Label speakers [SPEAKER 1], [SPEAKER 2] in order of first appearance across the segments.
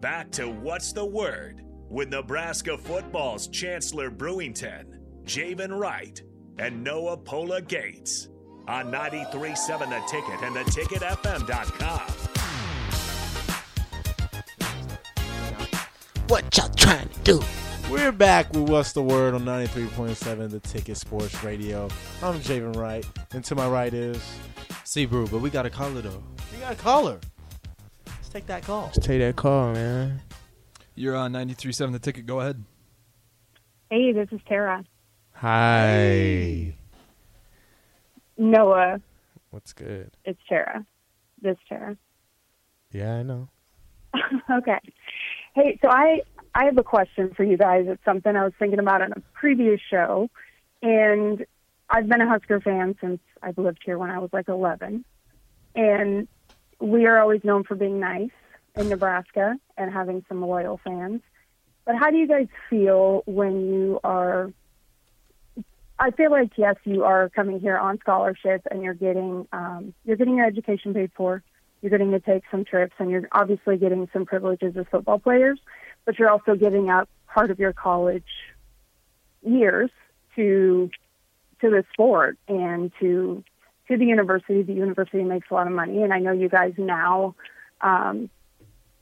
[SPEAKER 1] back to What's the Word with Nebraska football's Chancellor Brewington, Javen Wright, and Noah Pola Gates on 93.7 The Ticket and theticketfm.com.
[SPEAKER 2] What y'all trying to do?
[SPEAKER 3] We're back with What's the Word on 93.7 The Ticket Sports Radio. I'm Javen Wright, and to my right is.
[SPEAKER 4] See, bro, but we got a caller though.
[SPEAKER 3] You got a caller.
[SPEAKER 4] Let's take that call.
[SPEAKER 2] Take that call, man.
[SPEAKER 5] You're on 93.7 The Ticket. Go ahead.
[SPEAKER 6] Hey, this is Tara.
[SPEAKER 2] Hi.
[SPEAKER 6] Noah,
[SPEAKER 2] What's good?
[SPEAKER 6] it's Tara. This Tara.
[SPEAKER 2] Yeah, I know.
[SPEAKER 6] okay. Hey, so I I have a question for you guys. It's something I was thinking about on a previous show, and I've been a Husker fan since I've lived here when I was like 11, and we are always known for being nice in Nebraska and having some loyal fans. But how do you guys feel when you are? I feel like yes, you are coming here on scholarship, and you're getting um, you're getting your education paid for you're getting to take some trips and you're obviously getting some privileges as football players, but you're also giving up part of your college years to to the sport and to to the university. The university makes a lot of money and I know you guys now um,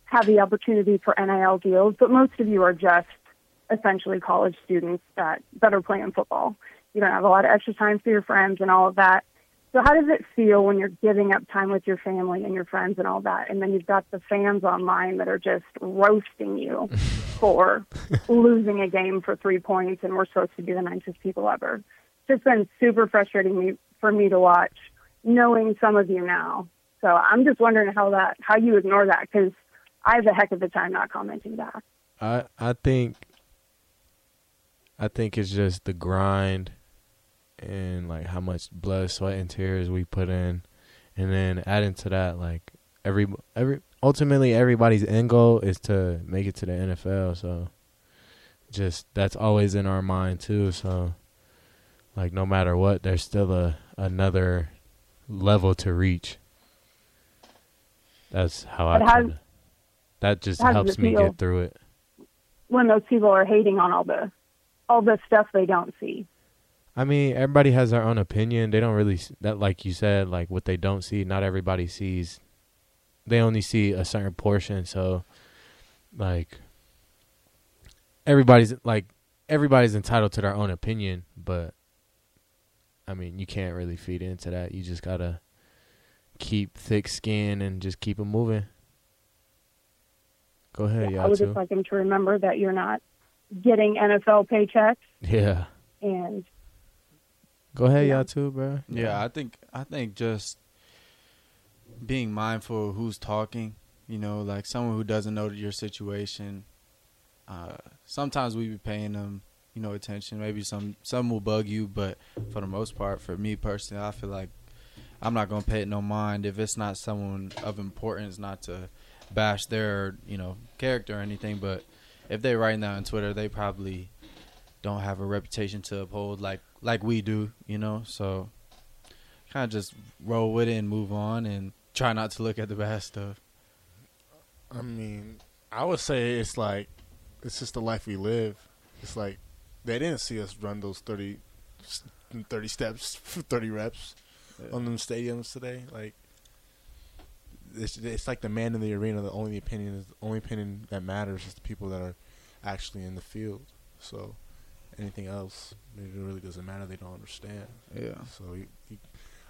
[SPEAKER 6] have the opportunity for NIL deals, but most of you are just essentially college students that, that are playing football. You don't have a lot of extra time for your friends and all of that. So how does it feel when you're giving up time with your family and your friends and all that, and then you've got the fans online that are just roasting you for losing a game for three points, and we're supposed to be the nicest people ever? It's just been super frustrating me for me to watch, knowing some of you now. So I'm just wondering how that how you ignore that because I have a heck of a time not commenting back.
[SPEAKER 2] I I think I think it's just the grind and like how much blood, sweat and tears we put in and then adding to that like every every ultimately everybody's end goal is to make it to the NFL, so just that's always in our mind too, so like no matter what, there's still a another level to reach. That's how I
[SPEAKER 6] But how-
[SPEAKER 2] kinda- that just
[SPEAKER 6] how does
[SPEAKER 2] helps
[SPEAKER 6] it
[SPEAKER 2] me
[SPEAKER 6] feel?
[SPEAKER 2] get through it.
[SPEAKER 6] When those people are hating on all the all the stuff they don't see.
[SPEAKER 2] I mean, everybody has their own opinion. They don't really s- that, like you said, like what they don't see. Not everybody sees. They only see a certain portion. So, like, everybody's like everybody's entitled to their own opinion. But I mean, you can't really feed into that. You just gotta keep thick skin and just keep it moving. Go ahead,
[SPEAKER 6] I
[SPEAKER 2] y'all
[SPEAKER 6] would
[SPEAKER 2] too.
[SPEAKER 6] just like them to remember that you're not getting NFL paychecks
[SPEAKER 2] yeah,
[SPEAKER 6] and
[SPEAKER 2] go ahead,
[SPEAKER 6] Yeah.
[SPEAKER 2] y'all too, bro.
[SPEAKER 4] Yeah, I think I think just being mindful of who's talking. You know, like someone who doesn't know your situation. Uh, sometimes we be paying them, you know, attention. Maybe some some will bug you, but for the most part, for me personally, I feel like I'm not gonna pay it no mind if it's not someone of importance. Not to bash their you know character or anything, but if they right now on Twitter, they probably don't have a reputation to uphold like like we do, you know. So kind of just roll with it and move on and try not to look at the bad stuff.
[SPEAKER 3] I mean, I would say it's like, it's just the life we live. It's like, they didn't see us run those 30, 30 steps, 30 reps on them stadiums today. Like, it's, it's like the man in the arena. The only opinion is the only opinion that matters is the people that are actually in the field. So, anything else, it really doesn't matter. They don't understand.
[SPEAKER 4] Yeah.
[SPEAKER 3] So, you, you,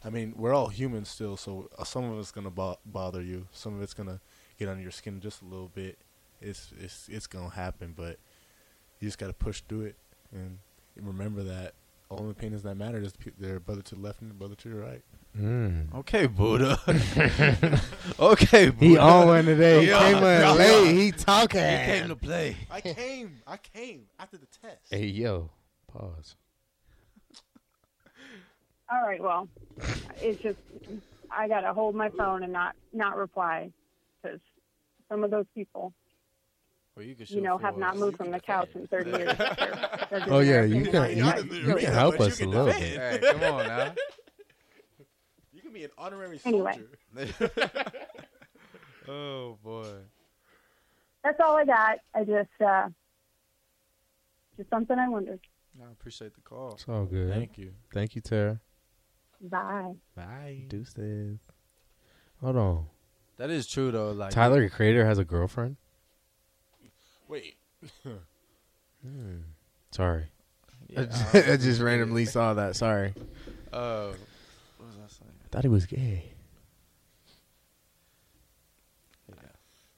[SPEAKER 3] I mean, we're all humans still, so uh, some of it's gonna bo- bother you. Some of it's gonna get under your skin just a little bit. It's it's it's gonna happen, but you just gotta push through it and remember that all the opinions that matter is pe- their brother to the left and their brother to the right.
[SPEAKER 2] Mm.
[SPEAKER 4] Okay, Buddha. okay, Buddha.
[SPEAKER 2] He on one today. He
[SPEAKER 4] Yeah.
[SPEAKER 2] came in late. He talking.
[SPEAKER 4] You came to play.
[SPEAKER 3] I came, I came after the test.
[SPEAKER 2] Hey yo, pause.
[SPEAKER 6] all right, well, it's just I gotta hold my phone and not not reply because some of those people,
[SPEAKER 4] Well, could
[SPEAKER 6] you
[SPEAKER 4] show
[SPEAKER 6] know, have
[SPEAKER 4] for
[SPEAKER 6] not
[SPEAKER 4] us.
[SPEAKER 6] moved from the couch in 30 years. They're- they're
[SPEAKER 2] Oh, yeah,
[SPEAKER 6] giving
[SPEAKER 2] you
[SPEAKER 6] their
[SPEAKER 2] can-
[SPEAKER 6] opinion on
[SPEAKER 2] you-
[SPEAKER 6] you guys.
[SPEAKER 2] you can help us a little bit.
[SPEAKER 4] Hey, come on now.
[SPEAKER 3] You can be an honorary
[SPEAKER 6] Anyway.
[SPEAKER 3] soldier.
[SPEAKER 4] oh boy.
[SPEAKER 6] that's all I got. I just uh, just something I wondered.
[SPEAKER 4] I appreciate the call.
[SPEAKER 2] It's all good.
[SPEAKER 3] Thank you.
[SPEAKER 2] Thank you, Tara.
[SPEAKER 6] Bye.
[SPEAKER 3] Bye.
[SPEAKER 2] Deuces. Hold on.
[SPEAKER 4] That is true though. Like
[SPEAKER 2] Tyler Creator has a girlfriend?
[SPEAKER 3] Wait.
[SPEAKER 2] Hmm. Sorry. I,
[SPEAKER 4] Yeah,
[SPEAKER 2] just, I just randomly saw that. Sorry.
[SPEAKER 4] uh, what was I saying?
[SPEAKER 2] I thought he was gay.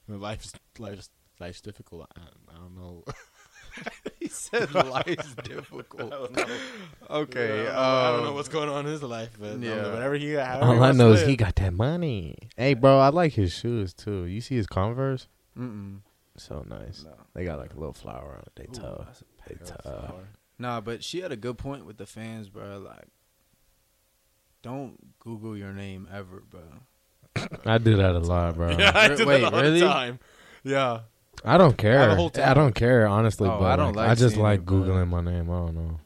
[SPEAKER 3] Life's life's life's difficult. I, I don't know.
[SPEAKER 4] He said life's difficult.
[SPEAKER 3] I,
[SPEAKER 4] Okay.
[SPEAKER 3] don't know I don't know
[SPEAKER 4] um,
[SPEAKER 3] what's going on in his life, but
[SPEAKER 4] yeah.
[SPEAKER 3] yeah. whatever he.
[SPEAKER 2] All I know is he got that money. Hey, bro, I like his shoes too. You see his Converse?
[SPEAKER 4] Mm-mm.
[SPEAKER 2] So nice.
[SPEAKER 4] No.
[SPEAKER 2] They got like a little flower on it. They
[SPEAKER 4] Ooh,
[SPEAKER 2] tough.
[SPEAKER 4] that's a
[SPEAKER 2] They
[SPEAKER 4] pair of
[SPEAKER 2] tough.
[SPEAKER 4] flowers. Nah, but she had a good point with the fans, bro. Like, don't Google your name ever, bro.
[SPEAKER 2] I do that a lot, bro.
[SPEAKER 3] Yeah, I
[SPEAKER 4] Re-
[SPEAKER 3] did
[SPEAKER 4] wait,
[SPEAKER 3] that all
[SPEAKER 4] really?
[SPEAKER 3] the time. Yeah.
[SPEAKER 2] I don't care. I,
[SPEAKER 3] have a whole tab.
[SPEAKER 2] don't care, honestly.
[SPEAKER 4] Oh,
[SPEAKER 2] but
[SPEAKER 4] I don't
[SPEAKER 2] like,
[SPEAKER 4] like
[SPEAKER 2] I just
[SPEAKER 4] seeing
[SPEAKER 2] like
[SPEAKER 4] it, but-
[SPEAKER 2] googling my name. I don't know.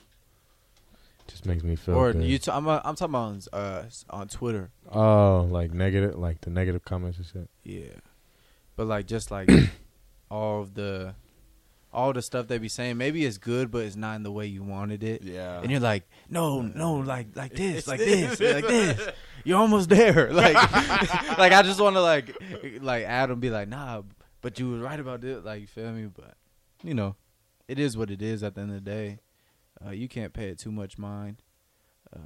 [SPEAKER 2] Just makes me feel
[SPEAKER 4] or
[SPEAKER 2] good.
[SPEAKER 4] you, t- I'm, uh, I'm talking about on, uh, on Twitter.
[SPEAKER 2] oh, like negative, like the negative comments and shit.
[SPEAKER 4] Yeah, but like just like all of the all the stuff they be saying, maybe it's good, but it's not in the way you wanted it.
[SPEAKER 3] Yeah.
[SPEAKER 4] and you're like, no, no, like like this,
[SPEAKER 3] It's
[SPEAKER 4] like
[SPEAKER 3] this.
[SPEAKER 4] this, like this. You're almost there. Like, like I just want to like like Adam be like, nah, but you were right about this. Like, you feel me? But you know, it is what it is. At the end of the day, uh, you can't pay it too much mind. Uh,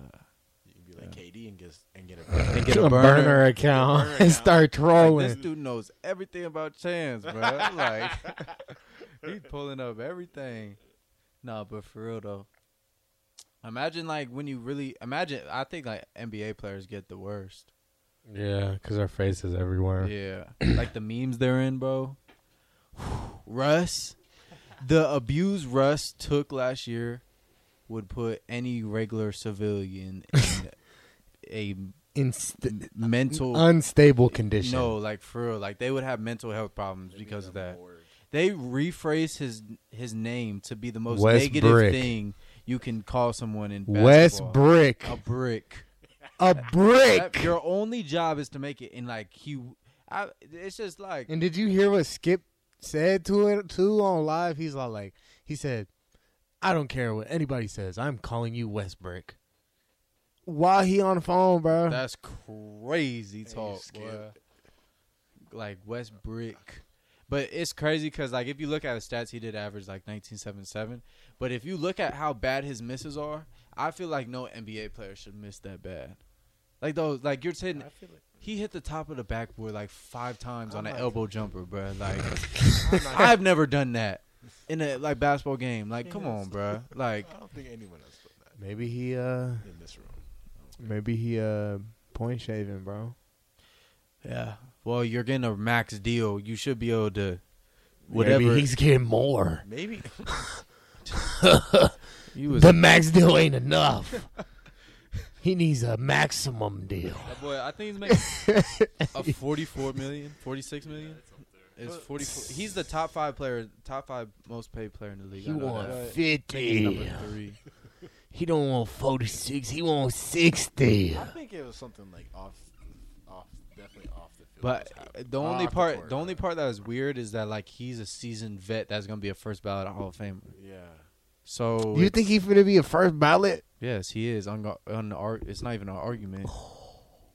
[SPEAKER 3] You can be like KD and get and get a
[SPEAKER 4] and get a
[SPEAKER 2] a
[SPEAKER 4] burner.
[SPEAKER 2] account
[SPEAKER 3] Burner
[SPEAKER 2] and
[SPEAKER 3] account.
[SPEAKER 2] start
[SPEAKER 4] Like,
[SPEAKER 2] trolling.
[SPEAKER 4] this dude knows everything about Chance, bro. Like he's pulling up everything. Nah, but for real though, imagine like when you really imagine. I think like NBA players get the worst.
[SPEAKER 2] yeah, because our face is everywhere.
[SPEAKER 4] Yeah, like the memes they're in, bro. Russ, the abuse Russ took last year would put any regular civilian in a
[SPEAKER 2] Inst-
[SPEAKER 4] mental
[SPEAKER 2] unstable condition.
[SPEAKER 4] No, like for real, like they would have mental health problems because of that. They rephrase his his name to be the most
[SPEAKER 2] Wes
[SPEAKER 4] negative
[SPEAKER 2] Brick.
[SPEAKER 4] thing you can call someone in basketball.
[SPEAKER 2] West Brick,
[SPEAKER 4] a brick.
[SPEAKER 2] a
[SPEAKER 4] That-
[SPEAKER 2] brick.
[SPEAKER 4] your only job is to make it, and like he, I, it's just like
[SPEAKER 2] And did you hear what Skip said to it too on live? He's all like, he said, "I don't care what anybody says. I'm calling you West Brick." Why he on the phone, bro?
[SPEAKER 4] that's crazy talk,
[SPEAKER 3] Skip.
[SPEAKER 4] boy. Like West Brick. But it's crazy because, like, if you look at his stats, he did average like 1977. But if you look at how bad his misses are, I feel like no NBA player should miss that bad. Like those, like you're saying, he hit the top of the backboard like five times on an elbow jumper, bro. Like, I've never done that in a like basketball game. Like, come on, bro. Like,
[SPEAKER 3] I don't think anyone else put that
[SPEAKER 2] Maybe he, uh,
[SPEAKER 3] in this room.
[SPEAKER 2] maybe he, uh, point shaving, bro.
[SPEAKER 4] yeah. Well, you're getting a max deal. You should be able to. Whatever
[SPEAKER 2] Maybe he's getting more.
[SPEAKER 3] Maybe
[SPEAKER 4] you was
[SPEAKER 2] The max deal ain't enough. he needs a maximum deal.
[SPEAKER 4] That boy, I think he's making a 44 million, 46 million. It's 44. He's the top five player, top five most paid player in the league.
[SPEAKER 2] He
[SPEAKER 4] I know
[SPEAKER 2] want
[SPEAKER 4] that. I think he's
[SPEAKER 2] fifty.
[SPEAKER 4] number three.
[SPEAKER 2] He don't want forty six. He want sixty.
[SPEAKER 3] I think it was something like off, off, definitely off the field. was
[SPEAKER 4] But uh,
[SPEAKER 3] happening.
[SPEAKER 4] the only
[SPEAKER 3] Off
[SPEAKER 4] part,
[SPEAKER 3] court,
[SPEAKER 4] the only
[SPEAKER 3] uh,
[SPEAKER 4] part that is weird is that like he's a seasoned vet that's gonna be a first ballot Hall of Famer.
[SPEAKER 3] Yeah.
[SPEAKER 4] So
[SPEAKER 2] You think he finna be a first ballot?
[SPEAKER 4] yes, he is. On, on the ar- it's not even an argument.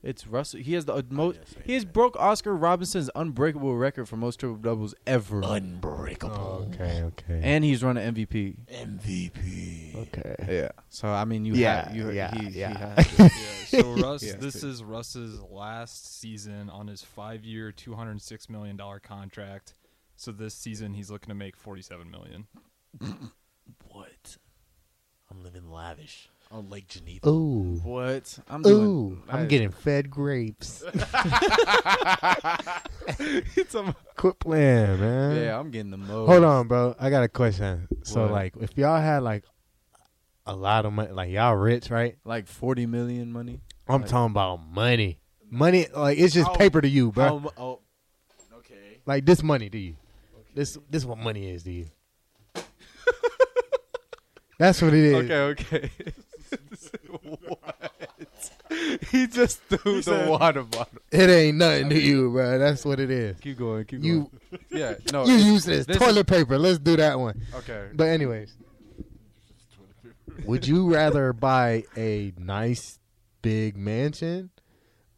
[SPEAKER 4] It's Russell. He has the most.
[SPEAKER 3] just saying
[SPEAKER 4] He has broke Oscar Robinson's unbreakable record for most triple doubles ever,
[SPEAKER 2] Oh, Unbreakable. okay, okay,
[SPEAKER 4] and he's run an MVP.
[SPEAKER 3] MVP.
[SPEAKER 2] okay.
[SPEAKER 4] Yeah. So I mean, you
[SPEAKER 2] Yeah,
[SPEAKER 4] have, you,
[SPEAKER 2] yeah,
[SPEAKER 4] he, he
[SPEAKER 2] yeah.
[SPEAKER 4] has-
[SPEAKER 5] Yeah, so Russ,
[SPEAKER 4] Yes,
[SPEAKER 5] this
[SPEAKER 4] dude.
[SPEAKER 5] is Russ's last season on his five-year, two hundred six million dollar contract. So this season, he's looking to make forty-seven million.
[SPEAKER 3] What? I'm living lavish on Lake Geneva.
[SPEAKER 2] Ooh,
[SPEAKER 4] what? I'm
[SPEAKER 2] ooe.
[SPEAKER 4] I-
[SPEAKER 2] I'm getting fed grapes.
[SPEAKER 4] It's a-
[SPEAKER 2] Quit playing, man.
[SPEAKER 4] yeah, I'm getting the most.
[SPEAKER 2] Hold on, bro. I got a question. So,
[SPEAKER 4] What?
[SPEAKER 2] like, if y'all had like a lot of money, like y'all rich, right?
[SPEAKER 4] Like 40 million money.
[SPEAKER 2] I'm
[SPEAKER 4] Like-
[SPEAKER 2] talking about money. Money, like it's just
[SPEAKER 3] How-
[SPEAKER 2] paper to you, bro.
[SPEAKER 3] Um, oh, okay.
[SPEAKER 2] like this money to you. This this what money is to you. That's what it is.
[SPEAKER 4] Okay, okay. he just threw the
[SPEAKER 3] said-
[SPEAKER 4] water bottle.
[SPEAKER 2] It ain't nothing to you, bro. That's what it is.
[SPEAKER 4] Keep going. Keep
[SPEAKER 2] You
[SPEAKER 4] going. Yeah. No.
[SPEAKER 2] you
[SPEAKER 4] it's-
[SPEAKER 2] use this,
[SPEAKER 4] this
[SPEAKER 2] toilet paper. Let's do that one.
[SPEAKER 4] Okay.
[SPEAKER 2] But anyways, would you rather buy a nice big mansion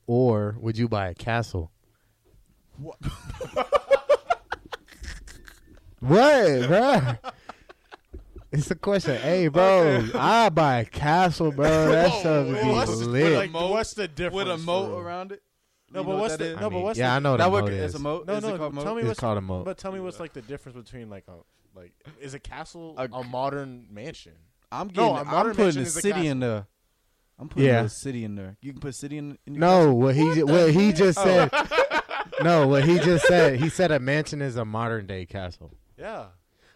[SPEAKER 2] or would you buy a castle? What? what, bro? It's a question. Hey, bro, I buy a castle, bro. That stuff would be
[SPEAKER 3] what's, the-
[SPEAKER 2] lit.
[SPEAKER 3] like, what's the difference?
[SPEAKER 4] with a moat
[SPEAKER 3] bro?
[SPEAKER 4] around it.
[SPEAKER 3] No,
[SPEAKER 4] You
[SPEAKER 3] but
[SPEAKER 4] know
[SPEAKER 3] what's
[SPEAKER 4] what
[SPEAKER 3] the
[SPEAKER 4] that
[SPEAKER 3] no?
[SPEAKER 4] is?
[SPEAKER 3] But what's
[SPEAKER 2] yeah, I know what
[SPEAKER 4] That
[SPEAKER 2] a moat
[SPEAKER 4] would
[SPEAKER 2] is.
[SPEAKER 4] it's a moat.
[SPEAKER 3] No,
[SPEAKER 4] is
[SPEAKER 3] no,
[SPEAKER 4] It called moat?
[SPEAKER 3] tell me
[SPEAKER 2] It's
[SPEAKER 3] what's
[SPEAKER 2] called a moat.
[SPEAKER 3] But tell me what's like the difference between like a like is a castle
[SPEAKER 4] A-
[SPEAKER 3] a, modern mansion?
[SPEAKER 4] I'm getting.
[SPEAKER 3] No, a modern
[SPEAKER 4] I'm putting
[SPEAKER 3] mansion
[SPEAKER 4] the
[SPEAKER 3] is a
[SPEAKER 4] city
[SPEAKER 3] castle.
[SPEAKER 4] in there. I'm putting
[SPEAKER 2] Yeah.
[SPEAKER 4] the city in there. You can put city in. in your
[SPEAKER 2] No, what he what, he just said. no, what he just said. He said a mansion is a modern day castle.
[SPEAKER 3] Yeah,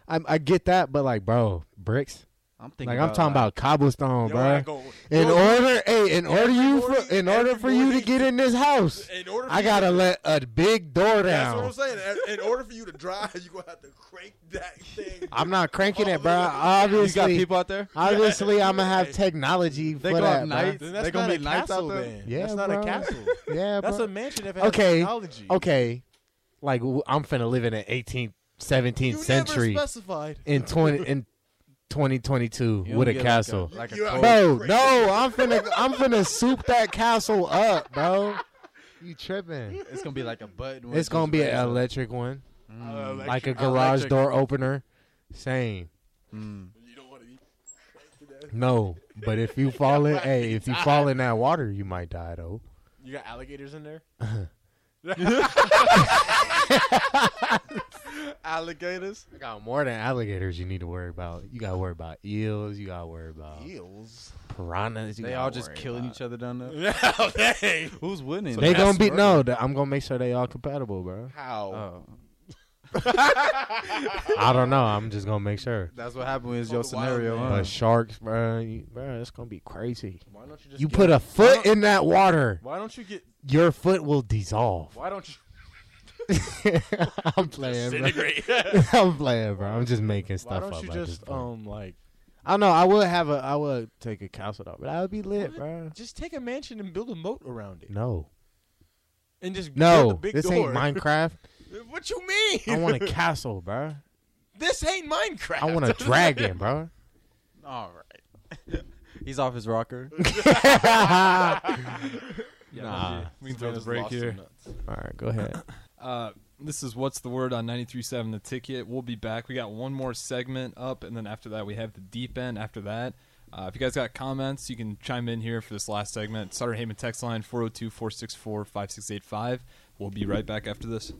[SPEAKER 2] I I get that, but like, bro, bricks.
[SPEAKER 4] I'm thinking.
[SPEAKER 2] Like I'm talking about cobblestone,
[SPEAKER 3] Yo, I
[SPEAKER 2] bro.
[SPEAKER 3] go-
[SPEAKER 2] In
[SPEAKER 3] yo,
[SPEAKER 2] order, hey, in order you
[SPEAKER 3] order
[SPEAKER 2] for,
[SPEAKER 3] you-
[SPEAKER 2] in order
[SPEAKER 3] every
[SPEAKER 2] for you
[SPEAKER 3] order
[SPEAKER 2] to
[SPEAKER 3] you
[SPEAKER 2] get in this house,
[SPEAKER 3] in order, for
[SPEAKER 2] I
[SPEAKER 3] you-
[SPEAKER 2] gotta let a big door
[SPEAKER 3] That's what
[SPEAKER 2] down.
[SPEAKER 3] I'm saying. In- In order for you to drive, you gonna have to crank that thing.
[SPEAKER 2] I'm not cranking
[SPEAKER 3] Oh,
[SPEAKER 2] it, bro.
[SPEAKER 4] You got
[SPEAKER 2] Obviously,
[SPEAKER 4] people out there.
[SPEAKER 2] obviously, I'm gonna have technology
[SPEAKER 4] They
[SPEAKER 2] for
[SPEAKER 4] go
[SPEAKER 2] that,
[SPEAKER 4] out
[SPEAKER 2] bro.
[SPEAKER 4] nights.
[SPEAKER 3] Then
[SPEAKER 4] They
[SPEAKER 3] that's
[SPEAKER 4] gonna
[SPEAKER 3] not a
[SPEAKER 4] make nights out
[SPEAKER 3] castle.
[SPEAKER 4] there.
[SPEAKER 3] Then
[SPEAKER 2] Yeah,
[SPEAKER 3] that's not
[SPEAKER 2] bro.
[SPEAKER 3] a castle.
[SPEAKER 2] Yeah,
[SPEAKER 3] That's
[SPEAKER 2] bro.
[SPEAKER 3] a mansion if it has
[SPEAKER 2] Okay,
[SPEAKER 3] technology.
[SPEAKER 2] okay, like w- I'm finna live in an 18th, 17th
[SPEAKER 3] you
[SPEAKER 2] century.
[SPEAKER 3] never specified.
[SPEAKER 2] in twenty in twenty twenty two
[SPEAKER 4] You don't
[SPEAKER 2] with a
[SPEAKER 4] get
[SPEAKER 2] castle.
[SPEAKER 4] Like a,
[SPEAKER 3] You
[SPEAKER 4] like a
[SPEAKER 3] out-
[SPEAKER 4] cold-
[SPEAKER 2] bro, no, I'm finna I'm finna soup that castle up, bro. You tripping.
[SPEAKER 4] It's gonna be like a button. where
[SPEAKER 2] It's
[SPEAKER 4] it
[SPEAKER 2] gonna
[SPEAKER 4] just
[SPEAKER 2] be an
[SPEAKER 4] raises up.
[SPEAKER 2] electric one.
[SPEAKER 3] Uh,
[SPEAKER 2] Like a
[SPEAKER 3] electric-
[SPEAKER 2] garage
[SPEAKER 4] Electric.
[SPEAKER 2] door opener. Same.
[SPEAKER 4] Mm.
[SPEAKER 3] You don't want to eat.
[SPEAKER 2] No. But if you fall in hey, if you fall in that water you might die though.
[SPEAKER 3] You got alligators in there.
[SPEAKER 4] Alligators.
[SPEAKER 2] I got more than alligators you need to worry about. You gotta worry about eels, you gotta worry about
[SPEAKER 3] Eels.
[SPEAKER 2] piranhas. You
[SPEAKER 4] They
[SPEAKER 2] gotta
[SPEAKER 4] all just
[SPEAKER 2] worry
[SPEAKER 4] killing
[SPEAKER 2] about-
[SPEAKER 4] each other down there.
[SPEAKER 3] Yeah, dang.
[SPEAKER 4] Who's winning?
[SPEAKER 2] They gonna be no, th- I'm gonna make sure they all compatible, bro.
[SPEAKER 3] How?
[SPEAKER 4] Oh,
[SPEAKER 2] I don't know. I'm just gonna make sure.
[SPEAKER 4] that's what happened with your
[SPEAKER 3] Called the wild
[SPEAKER 4] scenario.
[SPEAKER 3] man.
[SPEAKER 4] huh?
[SPEAKER 2] But sharks, bro, you, bro, it's gonna be crazy.
[SPEAKER 3] Why don't you just?
[SPEAKER 2] You
[SPEAKER 3] get-
[SPEAKER 2] put a foot in that water,
[SPEAKER 3] Why don't you get?
[SPEAKER 2] your foot will dissolve.
[SPEAKER 3] Why don't you?
[SPEAKER 2] I'm playing, bro. I'm playing, bro. I'm just making
[SPEAKER 3] Why
[SPEAKER 2] stuff
[SPEAKER 3] don't
[SPEAKER 2] up.
[SPEAKER 3] you
[SPEAKER 2] at this
[SPEAKER 3] just
[SPEAKER 2] point.
[SPEAKER 3] um like
[SPEAKER 2] I don't know. I would have a. I would take a castle dog, but that would be lit, bro.
[SPEAKER 3] just take a mansion and build a moat around it
[SPEAKER 2] No,
[SPEAKER 3] and just build a
[SPEAKER 2] no,
[SPEAKER 3] big
[SPEAKER 2] this
[SPEAKER 3] door.
[SPEAKER 2] ain't Minecraft.
[SPEAKER 3] What you mean?
[SPEAKER 2] I want a castle, bro.
[SPEAKER 3] this ain't Minecraft.
[SPEAKER 2] I want a dragon, bro.
[SPEAKER 4] All right. He's off his rocker.
[SPEAKER 5] Yeah,
[SPEAKER 3] Oh,
[SPEAKER 2] Nah.
[SPEAKER 5] we can throw the break here.
[SPEAKER 2] All right, go ahead.
[SPEAKER 5] Uh, this is what's the word on 93.7 The Ticket. We'll be back. We got one more segment up, and then after that, we have the deep end. After that, uh, if you guys got comments, you can chime in here for this last oh segment. Sutter Heyman text line 402 464 5685. We'll be right back after this.